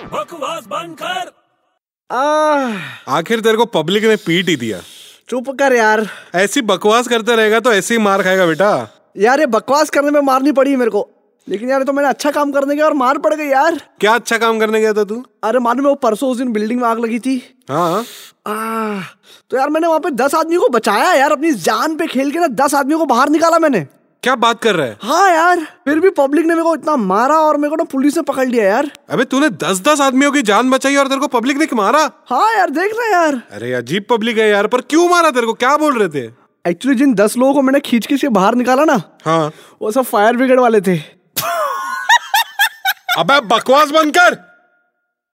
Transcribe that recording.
आवाज बंद कर आह आखिर तेरे को पब्लिक ने पीट ही दिया चुप कर यार ऐसी बकवास करते रहेगा तो ऐसे ही मार खाएगा बेटा यार ये बकवास करने में मारनी पड़ी मेरे को लेकिन यार ये तो मैंने अच्छा काम करने गया और मार पड़ गई यार क्या अच्छा काम करने गया था तू अरे मालूम है वो परसों उस दिन बिल्डिंग में आग लगी थी हाँ आ, तो यार मैंने वहां पे दस आदमी को बचाया यार अपनी जान पे खेल के ना दस आदमियों को बाहर निकाला मैंने क्या बात कर रहा है हाँ यार फिर भी पब्लिक ने मेरे को इतना मारा और मेरे को ना पुलिस ने पकड़ लिया यार अबे तूने दस दस आदमियों की जान बचाई और तेरे को पब्लिक ने मारा हाँ यार देख रहे यार अरे अजीब पब्लिक है यार पर क्यों मारा तेरे को क्या बोल रहे थे एक्चुअली जिन दस लोगों को मैंने खींच खींच के बाहर निकाला ना हाँ वो सब फायर ब्रिगेड वाले थे अबे बकवास बंद कर